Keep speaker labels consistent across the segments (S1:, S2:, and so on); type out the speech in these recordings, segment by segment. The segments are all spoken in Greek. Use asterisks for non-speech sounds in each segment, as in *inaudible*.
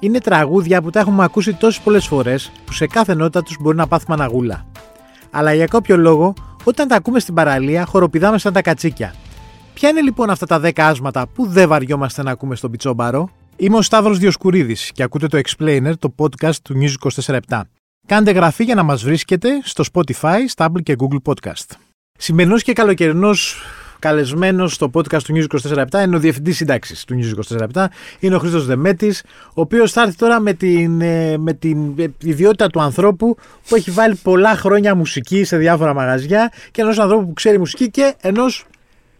S1: είναι τραγούδια που τα έχουμε ακούσει τόσες πολλές φορές που σε κάθε νότα τους μπορεί να πάθουμε αναγούλα. Αλλά για κάποιο λόγο, όταν τα ακούμε στην παραλία, χοροπηδάμε σαν τα κατσίκια. Ποια είναι λοιπόν αυτά τα 10 άσματα που δεν βαριόμαστε να ακούμε στον πιτσόμπαρο. Είμαι ο Σταύρος Διοσκουρίδης και ακούτε το Explainer, το podcast του News 24 Κάντε γραφή για να μας βρίσκετε στο Spotify, Stable και Google Podcast. Σημερινός και καλοκαιρινός καλεσμένος στο podcast του News 24 είναι ο Διευθυντής Συντάξης του News 24 είναι ο Χρήστος Δεμέτης, ο οποίος θα έρθει τώρα με την, ε, με την ε, ιδιότητα του ανθρώπου που έχει βάλει πολλά χρόνια μουσική σε διάφορα μαγαζιά και ενός ανθρώπου που ξέρει μουσική και ενός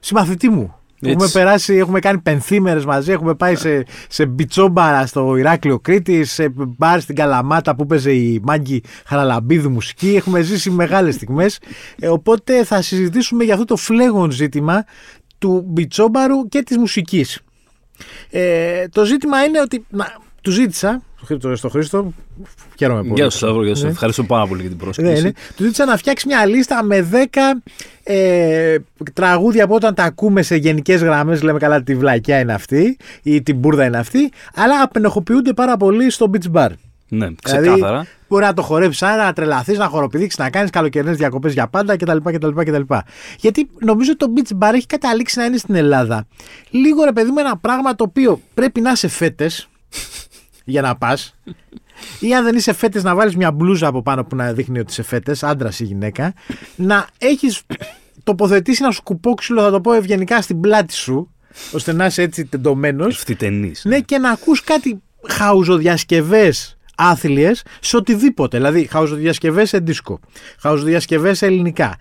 S1: συμμαθητή μου.
S2: Έτσι.
S1: Έχουμε περάσει, έχουμε κάνει πενθήμερες μαζί, έχουμε πάει σε, σε μπιτσόμπαρα στο Ηράκλειο Κρήτη, σε μπαρ στην Καλαμάτα που παίζε η Μάγκη Χαραλαμπίδου μουσική. Έχουμε ζήσει μεγάλες στιγμές. Ε, οπότε θα συζητήσουμε για αυτό το φλέγον ζήτημα του μπιτσόμπαρου και της μουσικής. Ε, το ζήτημα είναι ότι. Να, του ζήτησα στο Χρήστο- στο Χρήστο. Χαίρομαι πολύ.
S2: Γεια σου Σταύρο, γεια σου.
S1: Ναι.
S2: Ευχαριστώ πάρα πολύ για την
S1: Ναι,
S2: πρόσκληση.
S1: ναι. Του ζήτησα να φτιάξει μια λίστα με 10 ε, τραγούδια που όταν τα ακούμε σε γενικές γραμμές λέμε καλά τη βλακιά είναι αυτή ή την μπουρδα είναι αυτή, αλλά απενεχοποιούνται πάρα πολύ στο beach bar.
S2: ναι, ξεκάθαρα.
S1: Δηλαδή, μπορεί να το χορέψεις άρα, να τρελαθείς, να χοροπηδήξεις, να κάνεις καλοκαιρινές διακοπές για πάντα κτλ, κτλ, κτλ. Γιατί νομίζω το beach bar έχει καταλήξει να είναι στην Ελλάδα. Λίγο ρε παιδί μου ένα πράγμα το οποίο πρέπει να είσαι φέτες για να πας. Ή αν δεν είσαι φέτες, να βάλεις μια μπλούζα από πάνω που να δείχνει ότι είσαι φέτες, άντρας ή γυναίκα. Να έχεις τοποθετήσει ένα σκουπόξυλο, θα το πω ευγενικά, στην πλάτη σου, ώστε να είσαι έτσι τεντωμένος.
S2: Ευθυτενής.
S1: Ναι, και να ακούς κάτι χαουζοδιασκευές άθλιες σε οτιδήποτε. Δηλαδή, χαουζοδιασκευές σε δίσκο, χαουζοδιασκευές σε ελληνικά,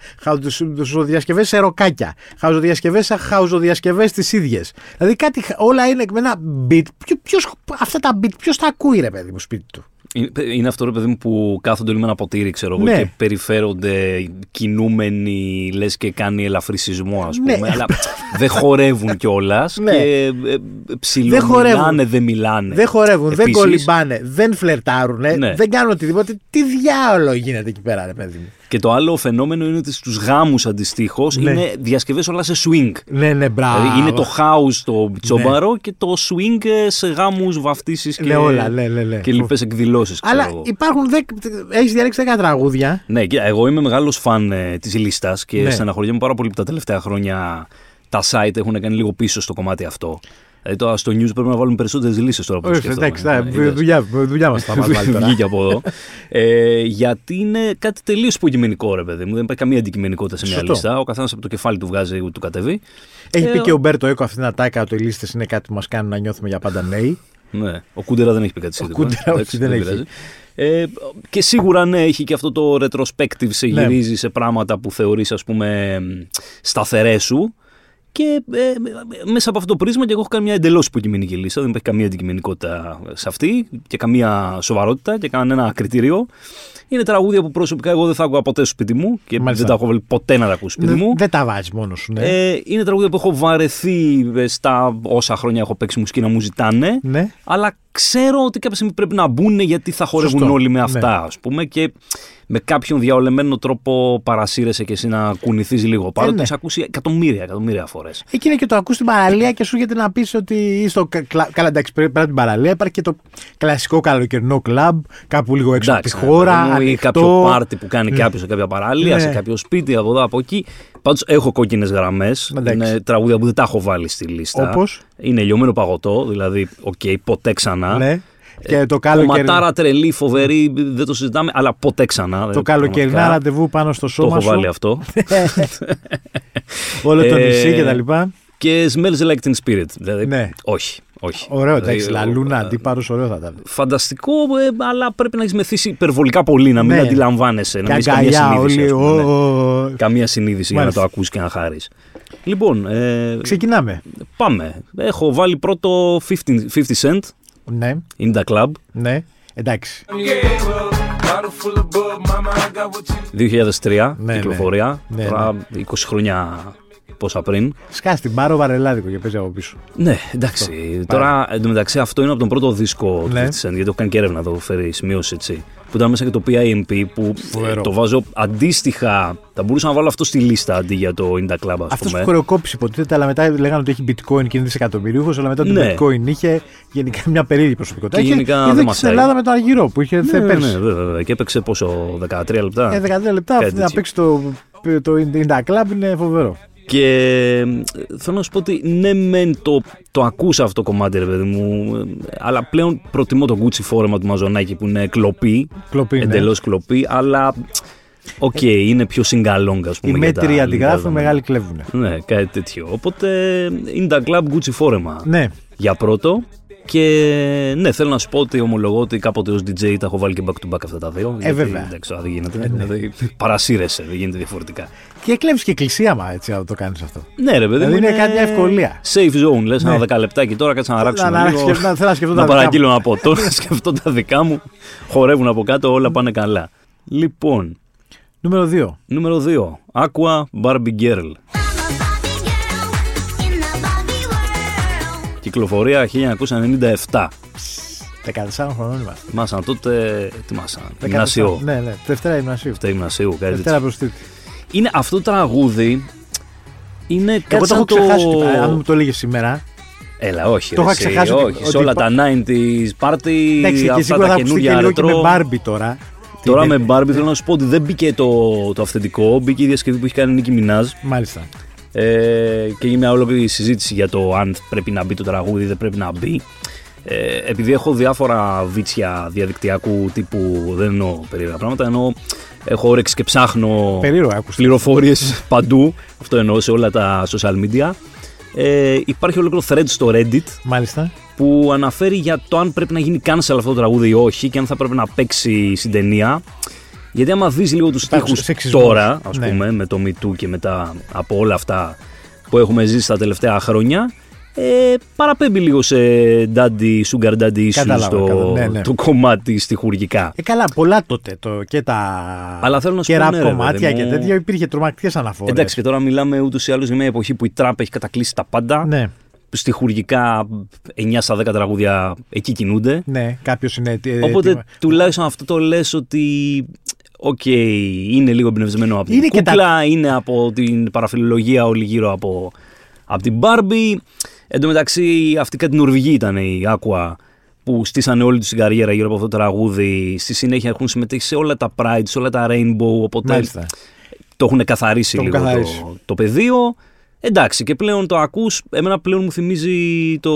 S1: χαουζοδιασκευές σε ροκάκια, χαουζοδιασκευές σε χαουζοδιασκευές τις ίδιες. Δηλαδή, κάτι, χα- όλα είναι με ένα beat. Ποιο, ποιος- αυτά τα beat, ποιος τα ακούει, ρε παιδί μου, σπίτι του.
S2: Είναι- Είναι αυτό ρε παιδί μου που κάθονται όλοι με ένα ποτήρι, ξέρω εγώ,
S1: Ναι.
S2: και περιφέρονται κινούμενοι, λες και κάνει ελαφρύ σεισμό, α πούμε.
S1: Ναι.
S2: Αλλά δεν χορεύουν κιόλας
S1: Ναι.
S2: και ε, ε, ψιλομιλάνε,
S1: χορεύουν.
S2: δεν μιλάνε.
S1: Δεν χορεύουν, δεν
S2: Ναι. Επίσης,
S1: κολυμπάνε, δεν φλερτάρουν,
S2: Ναι.
S1: δεν κάνουν οτιδήποτε. Τι διάολο γίνεται εκεί πέρα, ρε παιδί μου.
S2: Και το άλλο φαινόμενο είναι ότι στους γάμους αντιστοίχως
S1: Ναι.
S2: είναι διασκευές όλα σε swing.
S1: Ναι, ναι, μπράβο.
S2: Δηλαδή είναι το house στο
S1: Ναι.
S2: τσόμπαρο και το swing ε, σε γάμους, βαφτίσεις και,
S1: Ναι, όλα, ναι, ναι, ναι.
S2: και λοιπόν, λοιπές εκδηλώσεις.
S1: Αλλά υπάρχουν. Έχεις διαλέξει 10 τραγούδια.
S2: Ναι, κοίτα, εγώ είμαι μεγάλος φαν ε, της λίστας και
S1: Ναι.
S2: στεναχωριέμαι πάρα πολύ που τα τελευταία χρόνια τα site έχουν κάνει λίγο πίσω στο κομμάτι αυτό. Δηλαδή τώρα στο news πρέπει να βάλουμε περισσότερες λύσεις τώρα που το
S1: Όχι,
S2: σκέφτομαι.
S1: εντάξει, τα-
S2: Ε, είδες.
S1: δουλειά, δουλειά μας τα μας βάλει τώρα.
S2: Βγήκε από εδώ. ε, γιατί είναι κάτι τελείως υποκειμενικό, ρε παιδί μου. Δεν υπάρχει καμία αντικειμενικότητα σε μια
S1: Σωστό.
S2: λίστα. Ο καθένας από το κεφάλι του βγάζει ούτε του κατεβεί.
S1: Έχει
S2: Ε,
S1: πει και
S2: ο-
S1: ο Μπέρτο Έκο αυτήν την ατάκα ότι οι λίστες είναι κάτι που μας κάνουν να νιώθουμε για πάντα νέοι.
S2: Ναι. Ο Κούντερα δεν έχει πει κάτι σχετικό.
S1: Κούντερα,
S2: Εντάξει,
S1: όχι, δεν έχει.
S2: πειράζει. Ε, και σίγουρα ναι, έχει και αυτό το retrospective σε
S1: Ναι.
S2: γυρίζει σε πράγματα που θεωρείς ας πούμε σταθερές σου. Και ε, μέσα από αυτό το πρίσμα και εγώ έχω κάνει μια εντελώς υποκειμενική λίστα. Δεν υπάρχει καμία αντικειμενικότητα σε αυτή και καμία σοβαρότητα και κανένα κριτήριο. Είναι τραγούδια που προσωπικά εγώ δεν θα άκουγα ποτέ στο σπίτι μου και
S1: Μάλιστα.
S2: δεν τα έχω βάλει ποτέ να τα ακούω στο σπίτι μου.
S1: Δεν- Δεν τα βάζεις μόνος σου, ναι.
S2: Ε, είναι τραγούδια που έχω βαρεθεί ε, στα όσα χρόνια έχω παίξει μουσική να μου ζητάνε.
S1: Ναι.
S2: Αλλά ξέρω ότι κάποια στιγμή πρέπει να μπουν γιατί θα χορεύουν
S1: Σωστό.
S2: όλοι με
S1: Ναι.
S2: αυτά, ας πούμε. Και με κάποιον διαολεμένο τρόπο παρασύρεσαι και εσύ να κουνηθείς λίγο. Παρότι
S1: ναι.
S2: το έχεις ακούσει εκατομμύρια, εκατομμύρια φορές.
S1: Εκεί είναι και το ακούς στην παραλία και σου έρχεται να πεις ότι στο. κα- κλα- Καλά, εντάξει, πρέπει πέρα από την παραλία υπάρχει και το κλασικό καλοκαιρινό κλαμπ, κάπου λίγο έξω από τη χώρα.
S2: ναι, ή
S1: ανοιχτό.
S2: κάποιο πάρτι που κάνει
S1: Ναι.
S2: κάποιος σε κάποια παραλία,
S1: Ναι.
S2: σε κάποιο σπίτι από εδώ από εκεί. Πάντως έχω κόκκινες γραμμές.
S1: Εντάξει.
S2: Είναι τραγούδια που δεν τα έχω βάλει στη λίστα.
S1: Όπως?
S2: Είναι λιωμένο παγωτό, δηλαδή, οκ, ποτέ ξανά.
S1: Ναι. Και το καλοκαιρινό.
S2: Κομματάρα τρελή, φοβερή, δεν το συζητάμε, αλλά ποτέ ξανά.
S1: Το
S2: δηλαδή,
S1: καλοκαιρινά
S2: πραγματικά.
S1: ραντεβού πάνω στο
S2: Το
S1: σώμα
S2: έχω βάλει
S1: σου.
S2: αυτό.
S1: *laughs* Όλο το
S2: Ε,
S1: νησί και τα λοιπά.
S2: και smells like teen spirit. Δηλαδή,
S1: Ναι.
S2: Όχι, όχι.
S1: Ωραίο, εντάξει.
S2: Δηλαδή,
S1: Λαλούνα,
S2: ε,
S1: αντίπαρο, ωραίο θα ήταν.
S2: Φανταστικό, ε, αλλά πρέπει να έχεις μεθύσει υπερβολικά πολύ, να μην
S1: Ναι.
S2: αντιλαμβάνεσαι, να
S1: Και
S2: μην έχεις καμία
S1: αγκαλιά
S2: συνείδηση.
S1: όλοι.
S2: ας πούμε, ναι.
S1: ω, ω.
S2: Καμία συνείδηση για να
S1: Μάλιστα.
S2: το ακούσει και να χάρεις. Λοιπόν, ε,
S1: Ξεκινάμε.
S2: πάμε. Έχω βάλει πρώτο 50, 50 Cent
S1: Ναι,
S2: in the club
S1: ναι. Εντάξει.
S3: Bottle full of bug, mama, I got what you
S2: 2003
S1: Ναι, ναι.
S2: κυκλοφορία.
S1: Ναι,
S2: Τώρα 20 χρόνια πόσα πριν.
S1: Σκά την πάρο βαρελάδικο και παίζει από πίσω.
S2: Ναι, εντάξει. Τώρα εντωμεταξύ αυτό είναι από τον πρώτο δίσκο
S1: Ναι.
S2: του Vincent, γιατί έχω κάνει και έρευνα εδώ, φέρει σημείωση έτσι. Που ήταν μέσα και το PIMP που
S1: Φοβερό.
S2: ε, το βάζω αντίστοιχα. Θα μπορούσα να βάλω αυτό στη λίστα αντί για το Inda Club, ας
S1: Αυτό που
S2: πούμε.
S1: χοροκόπησε υποτίθεται, αλλά μετά λέγανε ότι έχει bitcoin και είναι δισεκατομμυρίουχος, αλλά μετά το
S2: Ναι.
S1: bitcoin είχε γενικά μια περίεργη προσωπικότητα.
S2: Και
S1: Είχε-
S2: γενικά
S1: είδε
S2: δεν
S1: και
S2: μας
S1: στην
S2: άρεσε.
S1: Ελλάδα με τον Αργυρό που είχε έρθει
S2: ναι, ναι, ναι,
S1: πέρσι.
S2: βέβαια, βέβαια. Και έπαιξε πόσο, 13 λεπτά.
S1: Ε, 13 λεφτά
S2: Κάτι
S1: αυτή να
S2: τέτοιο.
S1: παίξει το, το Inda Club είναι φοβερό.
S2: Και ε, θέλω να σου πω ότι ναι, μεν το, το ακούσα αυτό το κομμάτι, ρε παιδί μου, ε, αλλά πλέον προτιμώ το Gucci φόρεμα του Μαζονάκη που είναι κλοπή.
S1: Κλοπή ναι. Ε, είναι.
S2: Εντελώς κλοπή, αλλά. Οκ, είναι πιο συγκαλόγκα, α
S1: Οι
S2: πούμε. για τα
S1: μέτροι
S2: ελληνικά
S1: αντιγράφουν,
S2: δεδομένα.
S1: μεγάλοι κλέβουν.
S2: Ναι, κάτι τέτοιο. Οπότε είναι τα club Gucci φόρεμα
S1: Ναι.
S2: για πρώτο. Και ναι, θέλω να σου πω ότι ομολογώ ότι κάποτε ως DJ τα έχω βάλει και back to back αυτά τα δύο. γιατί,
S1: Ε, βέβαια. Ε, ναι.
S2: Εντάξει, α, δεν γίνεται. δηλαδή, παρασύρεσαι, δεν γίνεται διαφορετικά.
S1: Και κλέβεις και εκκλησία, μα έτσι, να το κάνεις αυτό.
S2: Ναι, ρε παιδί
S1: Δηλαδή
S2: μου.
S1: είναι κάτι μια ευκολία.
S2: Safe zone, λες
S1: Ναι.
S2: ένα δεκαλεπτάκι τώρα, κάτσε να ράξουμε.
S1: να- να
S2: λίγο,
S1: σκεφτώ- θέλω να σκεφτώ τα δικά
S2: παραγγείλω ένα ποτό, να σκεφτώ τα δικά μου. Χορεύουν από κάτω, όλα πάνε καλά. Λοιπόν,
S1: Νούμερο 2.
S2: νούμερο 2. Aqua Barbie Girl.
S4: I'm a Barbie girl in the Barbie world.
S2: Κυκλοφορία 1997.
S1: 14 χρονών είμαστε.
S2: Θυμάσαν τότε. Τι μάσαν.
S1: 14.
S2: Γυμνασιό.
S1: Ναι, ναι. Δευτέρα γυμνασίου.
S2: Αυτά γυμνασίου, κάτι
S1: Δευτέρα
S2: τέτοιο.
S1: προ τρίτη.
S2: Είναι αυτό το τραγούδι. Είναι κάτι
S1: Εγώ το
S2: σαν
S1: έχω ξεχάσει. τι- Αν μου το έλεγες σήμερα.
S2: Έλα,
S1: Το
S2: όχι. ρε,
S1: είχα
S2: εσύ,
S1: ξεχάσει ότι-
S2: Όχι, σε
S1: ότι
S2: όλα
S1: υπά-
S2: τα 90s, party,
S1: Εντάξει, και
S2: αυτά
S1: σίγουρα θα
S2: τα
S1: ακουστεί και
S2: καινούργια
S1: λίγο και με
S2: ρετρό.
S1: Barbie τώρα.
S2: Τώρα
S1: Τι
S2: με
S1: είναι-
S2: Barbie θέλω να σου πω ότι δεν μπήκε το, το αυθεντικό, μπήκε η διασκευή που έχει κάνει η Νίκη Μινάζ
S1: Μάλιστα.
S2: ε, και έγινε μια ολόκληρη συζήτηση για το αν πρέπει να μπει το τραγούδι ή δεν πρέπει να μπει. Ε, επειδή έχω διάφορα βίτσια διαδικτυακού τύπου, δεν εννοώ περίεργα πράγματα, εννοώ έχω όρεξη και ψάχνω
S1: Περίεργο, άκουσα.
S2: πληροφορίες παντού. Αυτό εννοώ σε όλα τα social media. Ε, υπάρχει ολόκληρο thread στο Reddit
S1: Μάλιστα.
S2: που αναφέρει για το αν πρέπει να γίνει cancel αυτό το τραγούδι ή όχι και αν θα πρέπει να παίξει στην ταινία. Γιατί άμα δεις λίγο τους
S1: Υπάρχουν
S2: στίχους
S1: σεξισμούς.
S2: τώρα, ας
S1: Ναι.
S2: πούμε, με το MeToo και μετά από όλα αυτά που έχουμε ζήσει τα τελευταία χρόνια, ε, παραπέμπει λίγο σε daddy, sugar daddy issues
S1: Κατάλαβα,
S2: το,
S1: κατάλαβα. Ναι, ναι.
S2: το κομμάτι στιχουργικά.
S1: Ε, καλά, πολλά τότε το, και τα.
S2: Αλλά θέλω να σου
S1: και
S2: πω,
S1: rap
S2: ναι, ρε,
S1: κομμάτια
S2: παιδί
S1: και
S2: μου.
S1: τέτοια. Υπήρχε τρομακτικές αναφορές.
S2: Εντάξει, και τώρα μιλάμε ούτως ή άλλως για μια εποχή που η τραπ έχει κατακλείσει τα πάντα.
S1: Ναι,
S2: Στιχουργικά 9 στα 10 τραγούδια εκεί κινούνται.
S1: ναι, κάποιος είναι. ε,
S2: Οπότε
S1: έτοιμο.
S2: τουλάχιστον αυτό το λες ότι. Οκ, είναι λίγο εμπνευσμένο από
S1: Είναι
S2: την
S1: και τα-
S2: κούκλα, είναι από την παραφιλολογία όλη γύρω από, από την Μπάρμπι. Εν τω μεταξύ, αυτή κάτι Νορβηγοί ήταν η Aqua που στήσανε όλη τους την καριέρα γύρω από αυτό το τραγούδι. Στη συνέχεια έχουν συμμετέχει σε όλα τα Pride, σε όλα τα Rainbow. Οπότε
S1: Μάλιστα.
S2: το έχουν καθαρίσει
S1: Το έχουν
S2: λίγο
S1: καθαρίσει.
S2: Το, το πεδίο. Εντάξει, και πλέον το ακούς, εμένα πλέον μου θυμίζει το.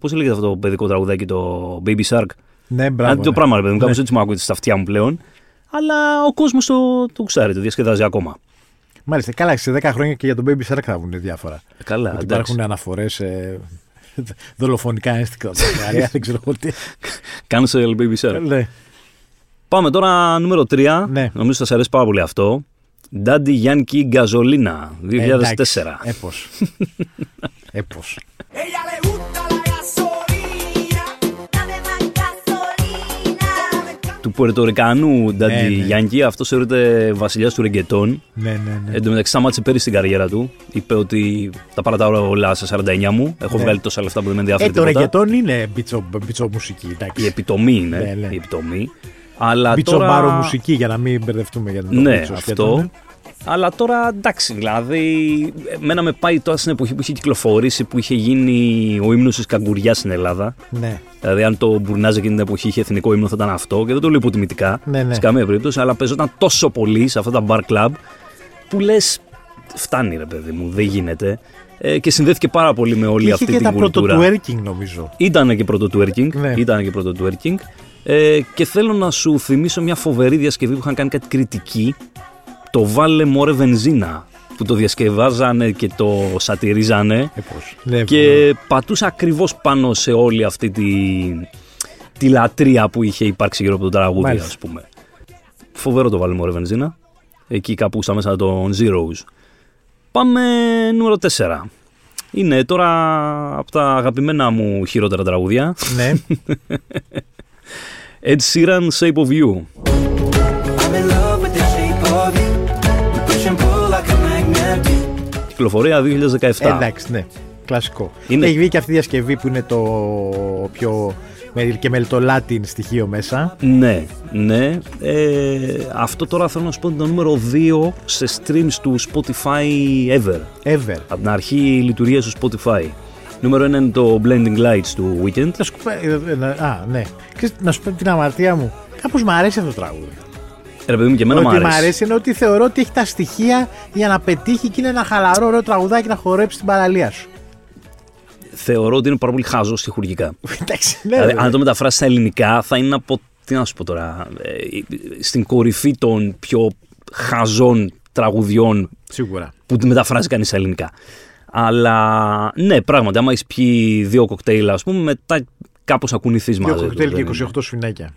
S2: Πώς λέγεται αυτό το παιδικό τραγουδάκι, το Baby Shark.
S1: Ναι, μπράβο.
S2: Αντί το
S1: ναι.
S2: πράγμα, ρε παιδί μου,
S1: Ναι.
S2: κάπως έτσι μου ακούγεται στα αυτιά μου πλέον. Αλλά ο κόσμος το, το κουστάρει, το διασκεδάζει ακόμα.
S1: Μάλιστα, καλά, σε 10 χρόνια και για τον Baby Shark θα βγουν διάφορα.
S2: Ε, Καλά,
S1: Ότι
S2: εντάξει.
S1: υπάρχουν αναφορές. Ε, δολοφονικά ένστικτα από την Βουλγαρία, δεν ξέρω εγώ τι.
S2: Cancel ε, Baby Shark.
S1: Ναι.
S2: Πάμε τώρα νούμερο 3.
S1: Ναι.
S2: Νομίζω θα σας αρέσει πάρα πολύ αυτό. Daddy Yankee Γκαζολίνα 2004.
S1: Ε, Εντάξει, Ε. Έπος. Έπος.
S5: Ella le gusta la gasolina.
S4: Dame más gasolina.
S2: Του Πουερτορικανού Daddy
S1: Ναι, ναι.
S2: Yankee. Αυτός θεωρείται βασιλιάς του ρεγκετών.
S1: Ναι, ναι, ναι.
S2: Εν τω μεταξύ, σταμάτησε πέρυσι την καριέρα του. Είπε ότι τα παρατάω όλα στα 49 μου. Έχω
S1: Ναι.
S2: βγάλει τόσα λεφτά που δεν με
S1: Ε,
S2: ενδιαφέρει.
S1: το
S2: τίποτα.
S1: ρεγκετόν είναι μπιτσο, μπιτσομουσική, εντάξει.
S2: Η επιτομή είναι.
S1: Ναι, ναι.
S2: Η επιτομή. Αλλά
S1: Μπιτσομπάρο
S2: τώρα...
S1: μουσική, για να μην μπερδευτούμε για την
S2: Ναι, αυτό.
S1: ε.
S2: Αλλά τώρα εντάξει, δηλαδή, εμένα με πάει τώρα στην εποχή που είχε κυκλοφορήσει, που είχε γίνει ο ύμνος της καγκουριάς στην Ελλάδα.
S1: Ναι.
S2: Δηλαδή, αν το Μπουρνάζ εκείνη την εποχή είχε εθνικό ύμνο, θα ήταν αυτό. Και δεν το λέω υποτιμητικά
S1: Ναι, ναι.
S2: σε καμία περίπτωση, αλλά παίζονταν τόσο πολύ σε αυτά τα bar club που λες, φτάνει ρε παιδί μου, δεν γίνεται. Ε, και συνδέθηκε πάρα πολύ με όλη
S1: Είχε
S2: αυτή
S1: και
S2: την
S1: τα
S2: κουλτούρα.
S1: πρωτοτουέρκινγκ νομίζω.
S2: Ήταν και πρώτο twerking.
S1: Ναι.
S2: Ήταν και πρώτο twerking. Ε, και θέλω να σου θυμίσω μια φοβερή διασκευή που είχαν κάνει κάτι κριτική. Το βάλε μωρέ βενζίνα. Που το διασκευάζανε και το σατυρίζανε.
S1: Έπος. Ναι, βέβαια.
S2: Και πατούσε ακριβώς πάνω σε όλη αυτή τη, τη λατρεία που είχε υπάρξει γύρω από το τραγούδι,
S1: Μάλιστα.
S2: ας πούμε. Φοβερό το βάλε μωρέ βενζίνα. Εκεί κάπου στα μέσα των Zeros. Πάμε νούμερο 4. Είναι τώρα από τα αγαπημένα μου χειρότερα τραγούδια.
S1: Ναι,
S2: *laughs* Ed Sheeran, Shape of You.
S3: I'm in love with the shape of you. We push and pull like a magnet. do.
S2: Κυκλοφορία 2017.
S1: Εντάξει, ναι. Κλασικό.
S2: Είναι-
S1: Έχει βγει και αυτή η διασκευή που είναι το πιο. με- και με το Latin στοιχείο μέσα.
S2: Ναι, ναι. Ε, αυτό τώρα θέλω να σου πω είναι το νούμερο 2 σε streams του Spotify ever.
S1: Ever.
S2: Από την αρχή η λειτουργία του Spotify. Νούμερο 1 είναι το Blending Lights του Weekend.
S1: Να σου, πω- ε, ε, να- α, ναι. Ξέρεις, να σου πω την αμαρτία μου. Κάπως μου αρέσει αυτό το τραγούδι.
S2: Ρε παιδί μου και εμένα μου
S1: ότι
S2: αρέσει.
S1: μ' αρέσει είναι ότι θεωρώ ότι έχει τα στοιχεία για να πετύχει και είναι ένα χαλαρό ωραίο τραγουδάκι να χορέψει την παραλία
S2: *laughs*
S1: σου.
S2: Θεωρώ ότι είναι πάρα πολύ χάζο στοιχουργικά.
S1: Εντάξει, ναι.
S2: δηλαδή,
S1: ρε.
S2: αν το μεταφράσεις στα ελληνικά θα είναι από. Τι να σου πω τώρα. ε, στην κορυφή των πιο χαζών τραγουδιών
S1: Σίγουρα.
S2: που τη μεταφράζει κανείς στα ελληνικά. Αλλά ναι, πράγματι, άμα έχεις πιει δύο κοκτέιλ, ας πούμε, μετά κάπως ακουνηθείς μαζί.
S1: Δύο
S2: του,
S1: κοκτέιλ και
S2: δεν-
S1: 28 σφινάκια.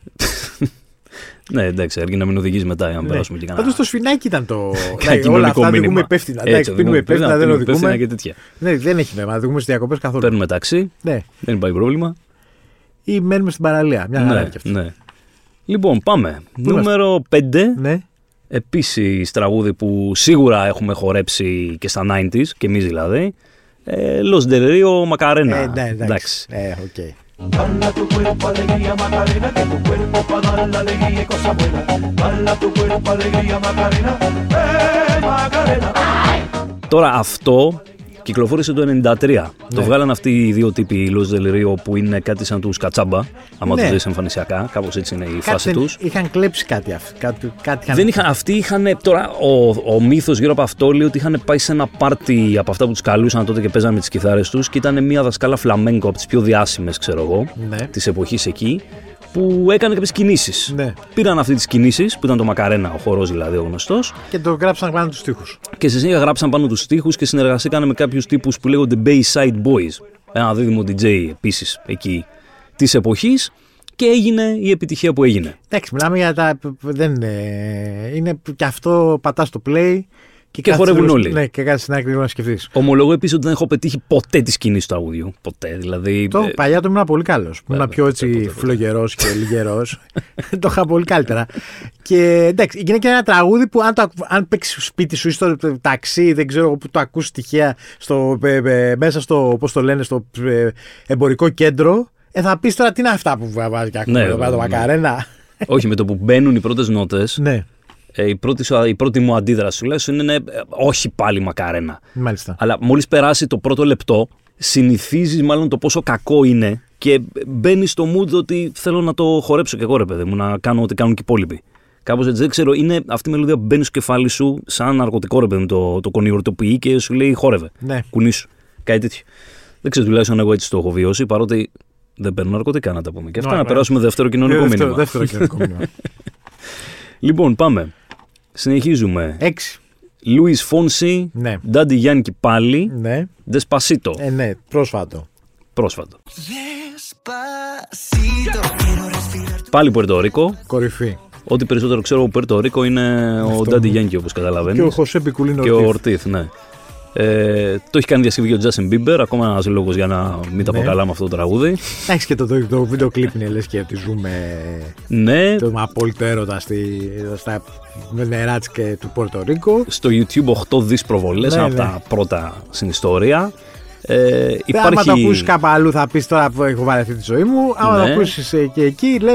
S2: Ναι, εντάξει, αρκεί να μην οδηγείς μετά, αν περάσουμε και κανένα.
S1: Πάντω Ναι. το σφινάκι ήταν το. Ναι,
S2: κανένα
S1: όλα
S2: *laughs* κοινωνικό
S1: αυτά
S2: μήνυμα.
S1: οδηγούμε υπεύθυνα.
S2: Έτσι,
S1: Εντάξει, πίνουμε
S2: οδηγούμε
S1: υπεύθυνα, δεν
S2: πίνουμε υπεύθυνα
S1: οδηγούμε.
S2: και τέτοια.
S1: Ναι, δεν έχει νόημα. Οδηγούμε στι διακοπές καθόλου.
S2: Παίρνουμε ταξί,
S1: Ναι.
S2: δεν υπάρχει πρόβλημα.
S1: Ή μένουμε στην παραλία. Μια χαρά
S2: Ναι,
S1: Ε, και αυτό.
S2: ναι. Λοιπόν, πάμε. Νούμερο 5.
S1: Ναι.
S2: Επίσης τραγούδι που σίγουρα έχουμε χορέψει και στα 90s, και εμείς δηλαδή. Ε, Los Del Rio Macarena.
S1: Ε, ναι, εντάξει. Ε, οκ.
S6: Bala tu cuerpo, alegría, Macarena, que tu cuerpo para dar la alegría y cosa buena. Bala tu cuerpo, alegría, Macarena, eh, Macarena.
S2: Τώρα αυτό κυκλοφόρησε το 93.
S1: Ναι.
S2: Το βγάλαν αυτοί οι δύο τύποι οι Los Del Rio που είναι κάτι σαν τους Κατσάμπα, άμα
S1: Ναι.
S2: τους δεις εμφανισιακά, κάπως έτσι είναι η
S1: Κάτι
S2: φάση
S1: δεν-
S2: τους.
S1: Είχαν κλέψει κάτι αυτό. Κάτι, κάτι είχαν-
S2: Δεν είχαν, αυτοί είχαν. Τώρα, ο, ο μύθος γύρω από αυτό λέει ότι είχαν πάει σε ένα πάρτι από αυτά που τους καλούσαν τότε και παίζανε τις κιθάρες τους και ήταν μια δασκάλα φλαμέγκο από τις πιο διάσημες, ξέρω εγώ,
S1: Ναι.
S2: της εποχής εκεί, που έκανε κάποιες κινήσεις.
S1: Ναι.
S2: Πήραν αυτή τις κινήσεις, που ήταν το Μακαρένα, ο χορός δηλαδή ο γνωστός,
S1: Και το γράψαν πάνω τους τοίχου.
S2: και στη συνέχεια γράψαν πάνω τους στίχους και συνεργαστήκαν με κάποιους τύπους που λέγονται Bayside Boys. Ένα δίδυμο DJ επίσης εκεί της εποχής και έγινε η επιτυχία που έγινε.
S1: Εντάξει, μιλάμε για τα. Δεν είναι. Είναι και αυτό πατάς το play. Και, κάθεσαι
S2: χορεύουν
S1: λίγο-
S2: όλοι.
S1: Ναι, και κάτσε στην άκρη λίγο να σκεφτείς.
S2: Ομολογώ επίσης ότι δεν έχω πετύχει ποτέ τη σκηνή του τραγουδιού. Ποτέ. Δηλαδή.
S1: Το
S2: ε, ναι,
S1: παλιά το ήμουν πολύ καλός. Ήμουν πιο
S2: ποτέ,
S1: έτσι
S2: ποτέ.
S1: φλογερός και λιγερός. *laughs* το είχα πολύ καλύτερα. και εντάξει, είναι και ένα τραγούδι που αν, το, ακου- αν παίξεις στο σπίτι σου ή στο ταξί, δεν ξέρω εγώ που το ακούς τυχαία στο, ε, ε, μέσα στο, πώς το λένε, στο ε, εμπορικό κέντρο, ε, θα πεις τώρα τι είναι αυτά που βάζεις και ακούμε
S2: Ναι,
S1: εδώ πέρα το
S2: ναι.
S1: μακαρένα.
S2: όχι, με το που μπαίνουν οι πρώτες νότες,
S1: ναι,
S2: η, πρώτη, σου- η πρώτη μου αντίδραση τουλάχιστον είναι ε, όχι πάλι μακαρένα.
S1: μάλιστα.
S2: Αλλά μόλις περάσει το πρώτο λεπτό, συνηθίζεις μάλλον το πόσο κακό είναι και μπαίνεις στο mood ότι θέλω να το χορέψω κι εγώ, ρε παιδί μου, να κάνω ό,τι κάνουν και οι υπόλοιποι. Κάπως έτσι, δεν ξέρω, είναι αυτή η μελωδία που μπαίνεις στο κεφάλι σου σαν ναρκωτικό, ρε παιδί μου, το, το κονιορτοποιεί και σου λέει χόρευε.
S1: Ναι.
S2: Κουνήσου. Κάτι τέτοιο. Δεν ξέρω, τουλάχιστον εγώ έτσι το έχω βιώσει, παρότι δεν παίρνω ναρκωτικά να τα πούμε. Και αυτά
S1: Ναι,
S2: να
S1: ναι.
S2: περάσουμε δεύτερο κοινωνικό
S1: δεύτερο,
S2: μήνυμα.
S1: δεύτερο κοινωνικό μήνυμα.
S2: Λοιπόν, πάμε. Συνεχίζουμε.
S1: Έξι.
S2: Λουίς Φόνσι,
S1: Ε. Ναι.
S2: Ντάντι Γιάννη πάλι,
S1: Ναι.
S2: Δεσπασίτο.
S1: Ε, ναι, πρόσφατο.
S2: Πρόσφατο. Πάλι Πορτορίκο.
S1: Κορυφή.
S2: Ό,τι περισσότερο ξέρω από Πορτορίκο είναι ο Ντάντι Γιάνκι, όπω
S1: Και ο
S2: καταλαβαίνει.
S1: Χωσέ Πικουλίνο.
S2: Και ο Ορτίθ, ναι. Ε, το έχει κάνει διασκευή και ο Τζάσιν Μπίμπερ. Ακόμα ένας λόγος για να μην τα πω
S1: Ναι.
S2: καλά με αυτό το τραγούδι.
S1: Εντάξει και το, το, το βίντεο κλιπ είναι λες και τη ζούμε. ε,
S2: ναι, *laughs*
S1: Το απόλυτο έρωτα στη, στα νερά της και του Ε, Πορτορίκο.
S2: στο YouTube 8 δις προβολές,
S1: Ναι,
S2: ένα από
S1: ναι.
S2: τα πρώτα στην ιστορία. Ε,
S1: Υπάρχει... Άμα το ακούσεις
S2: υπάρχει.
S1: κάπου αλλού θα πεις τώρα που έχω βαρεθεί τη ζωή μου. Άμα
S2: Ναι.
S1: το ακούσει και εκεί λες.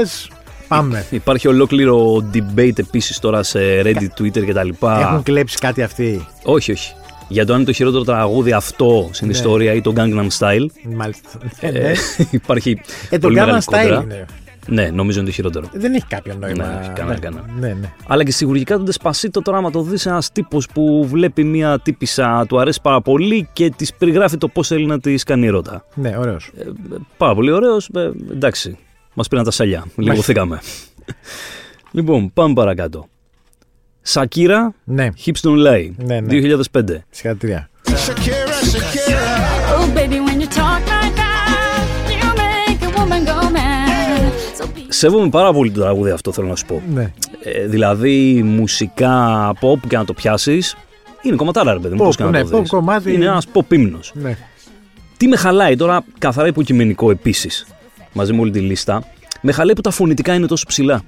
S1: Πάμε.
S2: Υπάρχει ολόκληρο debate επίσης τώρα σε Reddit, Twitter κτλ.
S1: Έχουν κλέψει κάτι αυτοί.
S2: Όχι, όχι. Για το αν είναι το χειρότερο τραγούδι αυτό στην ιστορία ή το Gangnam Style.
S1: Μάλιστα. Ναι. Ε, ναι.
S2: Ε, *laughs* υπάρχει.
S1: Ε, το
S2: πολύ
S1: Gamma
S2: μεγάλη κόντρα.
S1: Style είναι.
S2: Ναι, νομίζω είναι το χειρότερο.
S1: Δεν έχει κάποιο νόημα.
S2: Ναι, όχι, κανένα, κανένα.
S1: ναι, ναι.
S2: Αλλά και σιγουρικά τον Τεσπασίτο τώρα, άμα το δεις, ένας τύπος που βλέπει μια τύπησα, του αρέσει πάρα πολύ και της περιγράφει το πώς θέλει να της κάνει ερώτα.
S1: ναι ωραίος.
S2: Ε, πάρα πολύ ωραίος. Ε, εντάξει. Μας πήραν τα σαλιά. Λιγοθήκαμε. λοιπόν, πάμε παρακάτω. Σακύρα,
S1: Ναι,
S2: Hips Don't Lie,
S1: Ναι, ναι.
S2: 2005.
S1: συγχαρητήρια.
S7: Oh, baby, when you talk like that, you make a woman go mad. So be
S2: Σέβομαι πάρα πολύ το τραγούδι αυτό, θέλω να σου πω.
S1: Ναι.
S2: Ε, δηλαδή, μουσικά, pop και να το πιάσεις, είναι κομματάρα, ρε παιδί μου.
S1: Pop,
S2: πώς και να
S1: ναι,
S2: το δεις.
S1: pop κομμάτι.
S2: Είναι ένας pop ύμνος.
S1: ναι.
S2: Τι με χαλάει τώρα, καθαρά υποκειμενικό επίσης, μαζί με όλη τη λίστα, με χαλάει που τα φωνητικά είναι τόσο ψηλά.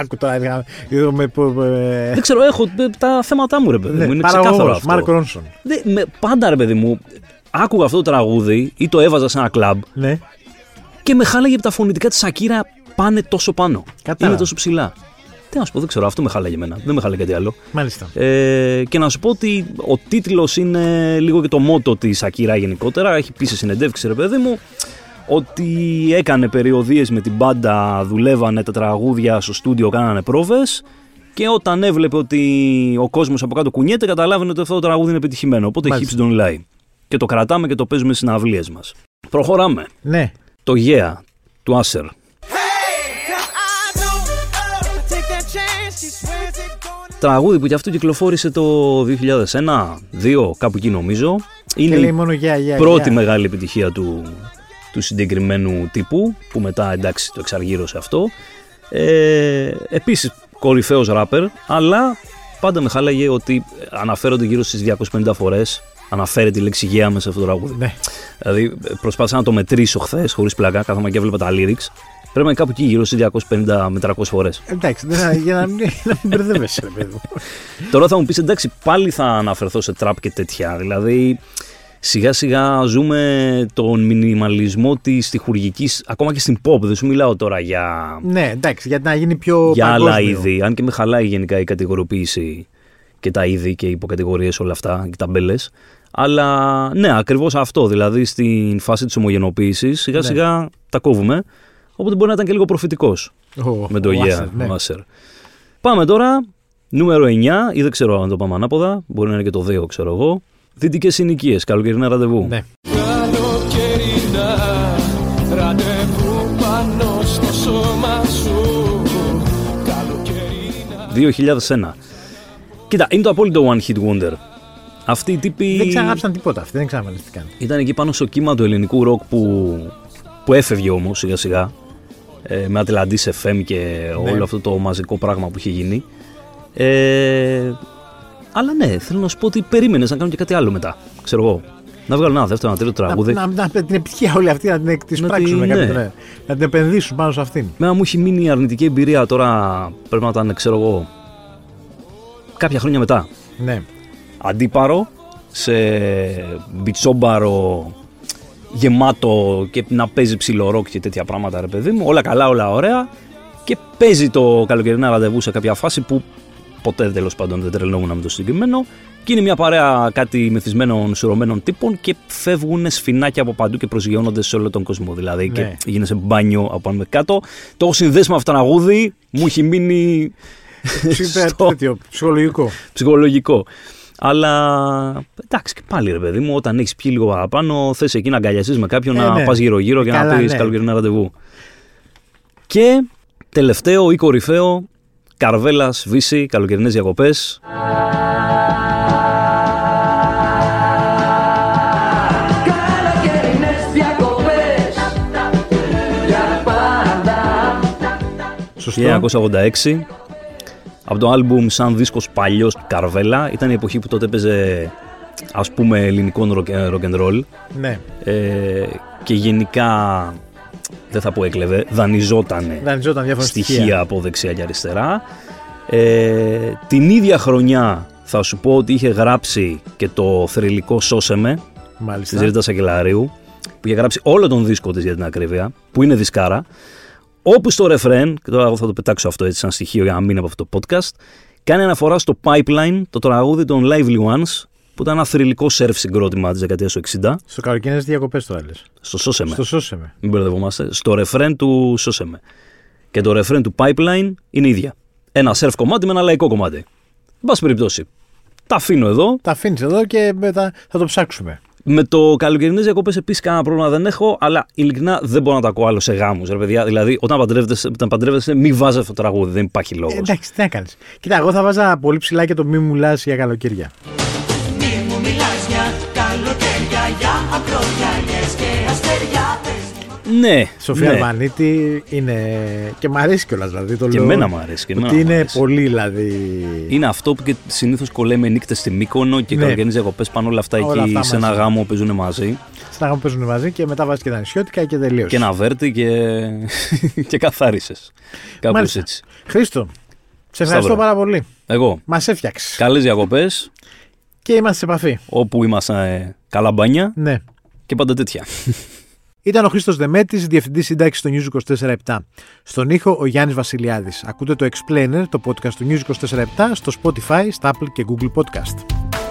S1: Άκου τώρα, είχα- είδαμε που. ε,
S2: Δεν ξέρω, έχω ε, τα θέματα μου, ρε
S1: Ναι,
S2: παιδί μου. Είναι ξεκάθαρο
S1: παραγωγός,
S2: αυτό.
S1: Μάρκ Ρόνσον.
S2: Δε, με, πάντα, ρε παιδί μου, άκουγα αυτό το τραγούδι ή το έβαζα σε ένα κλαμπ
S1: Ναι.
S2: και με χάλαγε που τα φωνητικά της Σακύρα πάνε τόσο πάνω.
S1: Κατάλαβα.
S2: Είναι τόσο ψηλά. Τι να σου πω, δεν ξέρω, αυτό με χάλαγε εμένα. Δεν με χάλαγε κάτι άλλο.
S1: Μάλιστα.
S2: Ε, και να σου πω ότι ο τίτλος είναι λίγο και το μότο της Ακύρα γενικότερα. Έχει πει σε συνεντεύξεις, ρε παιδί μου, ότι έκανε περιοδίες με την μπάντα, δουλεύανε τα τραγούδια στο στούντιο, κάνανε πρόβες και όταν έβλεπε ότι ο κόσμος από κάτω κουνιέται, καταλάβαινε ότι αυτό το τραγούδι είναι επιτυχημένο. Οπότε
S1: Μάλιστα.
S2: Hips Don't Lie. Και το κρατάμε και το παίζουμε στις συναυλίες μας. Προχωράμε.
S1: Ναι.
S2: Το Yeah του Άσερ. Τραγούδι που κι αυτό κυκλοφόρησε το 2001-2002, κάπου εκεί νομίζω.
S1: Και
S2: Είναι
S1: λέει
S2: η
S1: μόνο για για.
S2: πρώτη
S1: για.
S2: μεγάλη επιτυχία του, του συγκεκριμένου τύπου, που μετά εντάξει το εξαργύρωσε αυτό. Ε, επίσης κορυφαίος ράπερ, αλλά πάντα με χάλαγε ότι αναφέρονται γύρω στις 250 φορές αναφέρεται η λέξη γέα μέσα σε αυτό το τραγούδι.
S1: Ναι.
S2: Δηλαδή ε, προσπάθησα να το μετρήσω χθες χωρίς πλάκα, κάθομαι και έβλεπα τα lyrics. Πρέπει να είναι κάπου εκεί γύρω στις 250 με 300 φορές.
S1: Εντάξει, δεν θα- για να μην για να μην μπερδεύεσαι, ρε παιδί μου.
S2: Τώρα θα μου πεις εντάξει, πάλι θα αναφερθώ σε τραπ και τέτοια. Δηλαδή σιγά σιγά ζούμε τον μινιμαλισμό της τυχουργικής, ακόμα και στην pop. Δεν σου μιλάω τώρα για,
S1: Ναι, εντάξει, γιατί να γίνει πιο.
S2: για άλλα
S1: παγκόσμιο.
S2: είδη. Αν και με χαλάει γενικά η κατηγοροποίηση και τα είδη και οι υποκατηγορίες όλα αυτά και τα μπέλε. Αλλά ναι, ακριβώς αυτό. Δηλαδή στην φάση της ομογενοποίησης σιγά
S1: Ναι.
S2: σιγά τα κόβουμε. Οπότε μπορεί να ήταν και λίγο προφητικός
S1: Ο-
S2: με το
S1: ο
S2: Yeah.
S1: Άσερ, ναι.
S2: ο Άσερ. Πάμε τώρα, νούμερο 9, ή δεν ξέρω αν το πάμε ανάποδα, μπορεί να είναι και το 2, ξέρω εγώ. Δυτικές συνοικίες, καλοκαιρινά ραντεβού.
S1: Ναι.
S8: Καλοκαιρινά ραντεβού πάνω στο σώμα σου Καλοκαιρινά
S2: 2001. Κοίτα, είναι το απόλυτο one hit wonder. Αυτοί οι τύποι.
S1: Δεν ξαναγράψαν τίποτα αυτοί, δεν ξαναβάλε τι κάνουν.
S2: ήταν εκεί πάνω στο κύμα του ελληνικού ροκ που, που έφευγε όμως σιγά σιγά ε, με Ατλαντής FM και
S1: Ναι.
S2: όλο αυτό το μαζικό πράγμα που είχε γίνει ε, αλλά ναι θέλω να σου πω ότι περίμενες να κάνουν και κάτι άλλο μετά ξέρω εγώ να βγάλουν ένα δεύτερο, ένα τρίτο τραγούδι
S1: Να, να, να- την επιτυχία όλη αυτή να την εκτισπράξουν.
S2: τη-
S1: Να,
S2: ναι.
S1: ναι. να την επενδύσουν πάνω σε αυτήν.
S2: Μένα μου έχει μείνει η αρνητική εμπειρία τώρα πρέπει να ήταν ξέρω εγώ κάποια χρόνια μετά
S1: Ναι.
S2: αντίπαρο σε μπιτσόμπαρο γεμάτο και να παίζει ψηλό ροκ και τέτοια πράγματα ρε παιδί μου όλα καλά όλα ωραία και παίζει το καλοκαιρινά ραντεβού σε κάποια φάση που ποτέ τέλος πάντων δεν τρελόμουν με το συγκεκριμένο και είναι μια παρέα κάτι μεθυσμένων σουρωμένων τύπων και φεύγουν σφινάκια από παντού και προσγειώνονται σε όλο τον κόσμο δηλαδή
S1: Ναι.
S2: και γίνεσαι μπάνιο από πάνω με κάτω το έχω συνδέσει με αυτό το τραγούδι μου έχει μείνει
S1: Ψυχ-
S2: Ε, στο-
S1: τέτοιο, ψυχολογικό.
S2: ψυχολογικό. Αλλά εντάξει, και πάλι ρε παιδί μου, όταν έχεις πιει λίγο παραπάνω, θες εκεί να αγκαλιαστείς με κάποιον,
S1: Ε,
S2: να
S1: ναι.
S2: πας πα γύρω-γύρω και
S1: Καλά,
S2: να πεις
S1: ναι.
S2: καλοκαιρινά ραντεβού. Και τελευταίο ή κορυφαίο, Καρβέλας, Βύση, καλοκαιρινές διακοπές.
S1: Σωστό.
S2: 1986. Από το άλμπουμ σαν δίσκος παλιός του Καρβέλα. Ήταν η εποχή που τότε έπαιζε ας πούμε ελληνικό rock- ε, rock and roll.
S1: Ναι.
S2: Ε, και γενικά δεν θα πω έκλεβε, δανειζότανε
S1: Δανειζόταν διάφορα στοιχεία.
S2: στοιχεία από δεξιά και αριστερά. Ε, την ίδια χρονιά θα σου πω ότι είχε γράψει και το θρηλυκό «Σώσε με» της
S1: Μάλιστα.
S2: Ρίτα Σακελαρίου που είχε γράψει όλο τον δίσκο της για την ακρίβεια που είναι δισκάρα όπου στο ρεφρέν, και τώρα εγώ θα το πετάξω αυτό έτσι σαν στοιχείο για να μείνει από αυτό το podcast κάνει αναφορά στο Pipeline το τραγούδι των Lively Ones που ήταν ένα θρηλυκό σερφ συγκρότημα της δεκαετίας του 60
S1: Στο καλοκαιρινέ διακοπές το λε.
S2: στο «Σώσε με»
S1: Στο σώσε με.
S2: μην μπερδευόμαστε, στο ρεφρέν του «Σώσε με». Και το ρεφρέν του Pipeline είναι ίδια. Ένα σερφ κομμάτι με ένα λαϊκό κομμάτι. Εν πάση περιπτώσει, τα αφήνω εδώ.
S1: Τα αφήνεις εδώ και μετά θα το ψάξουμε.
S2: Με το καλοκαιρινές διακοπές επίσης κανένα πρόβλημα δεν έχω, αλλά ειλικρινά δεν μπορώ να τα ακούω άλλο σε γάμους. Ρε παιδιά, δηλαδή όταν παντρεύεστε, όταν παντρεύεστε μην βάζετε αυτό το τραγούδι, δεν υπάρχει λόγος.
S1: Ε, εντάξει, τι να κάνεις. Κοίτα, εγώ θα βάζα πολύ ψηλά και το μη μου λας για καλοκαίρια.
S2: Ναι.
S1: Σοφία
S2: ναι.
S1: Αρβανίτη είναι. και μ' αρέσει κιόλας δηλαδή. Το
S2: Και
S1: λέω
S2: εμένα μ' αρέσει, και εμένα
S1: ότι
S2: μ'
S1: είναι
S2: αρέσει.
S1: πολύ δηλαδή.
S2: Είναι αυτό που και συνήθως κολλέμε νύχτες στη Μύκονο και
S1: Ναι.
S2: καλοκαιρινέ διακοπέ πάνε όλα αυτά
S1: Όλα
S2: εκεί
S1: αυτά
S2: σε ένα
S1: μαζί.
S2: γάμο παίζουν μαζί.
S1: Στην αγάπη παίζουν μαζί και μετά βάζει και τα νησιώτικα και τελείωσε.
S2: Και ένα βέρτι και, *laughs* και καθάρισες. Κάπω
S1: Μάλιστα.
S2: έτσι.
S1: Χρήστο, σε ευχαριστώ
S2: Σταύρο.
S1: πάρα πολύ.
S2: Εγώ.
S1: Μας έφτιαξες.
S2: Καλές διακοπές
S1: Και είμαστε σε επαφή.
S2: όπου ήμασταν καλά μπάνια
S1: Ναι.
S2: και πάντα τέτοια.
S1: Ήταν ο Χρήστος Δεμέτης, διευθυντής σύνταξη του News 24-7. Στον ήχο ο Γιάννης Βασιλιάδης. Ακούτε το Explainer, το podcast του News 24-7, στο Spotify, στα Apple και Google Podcast.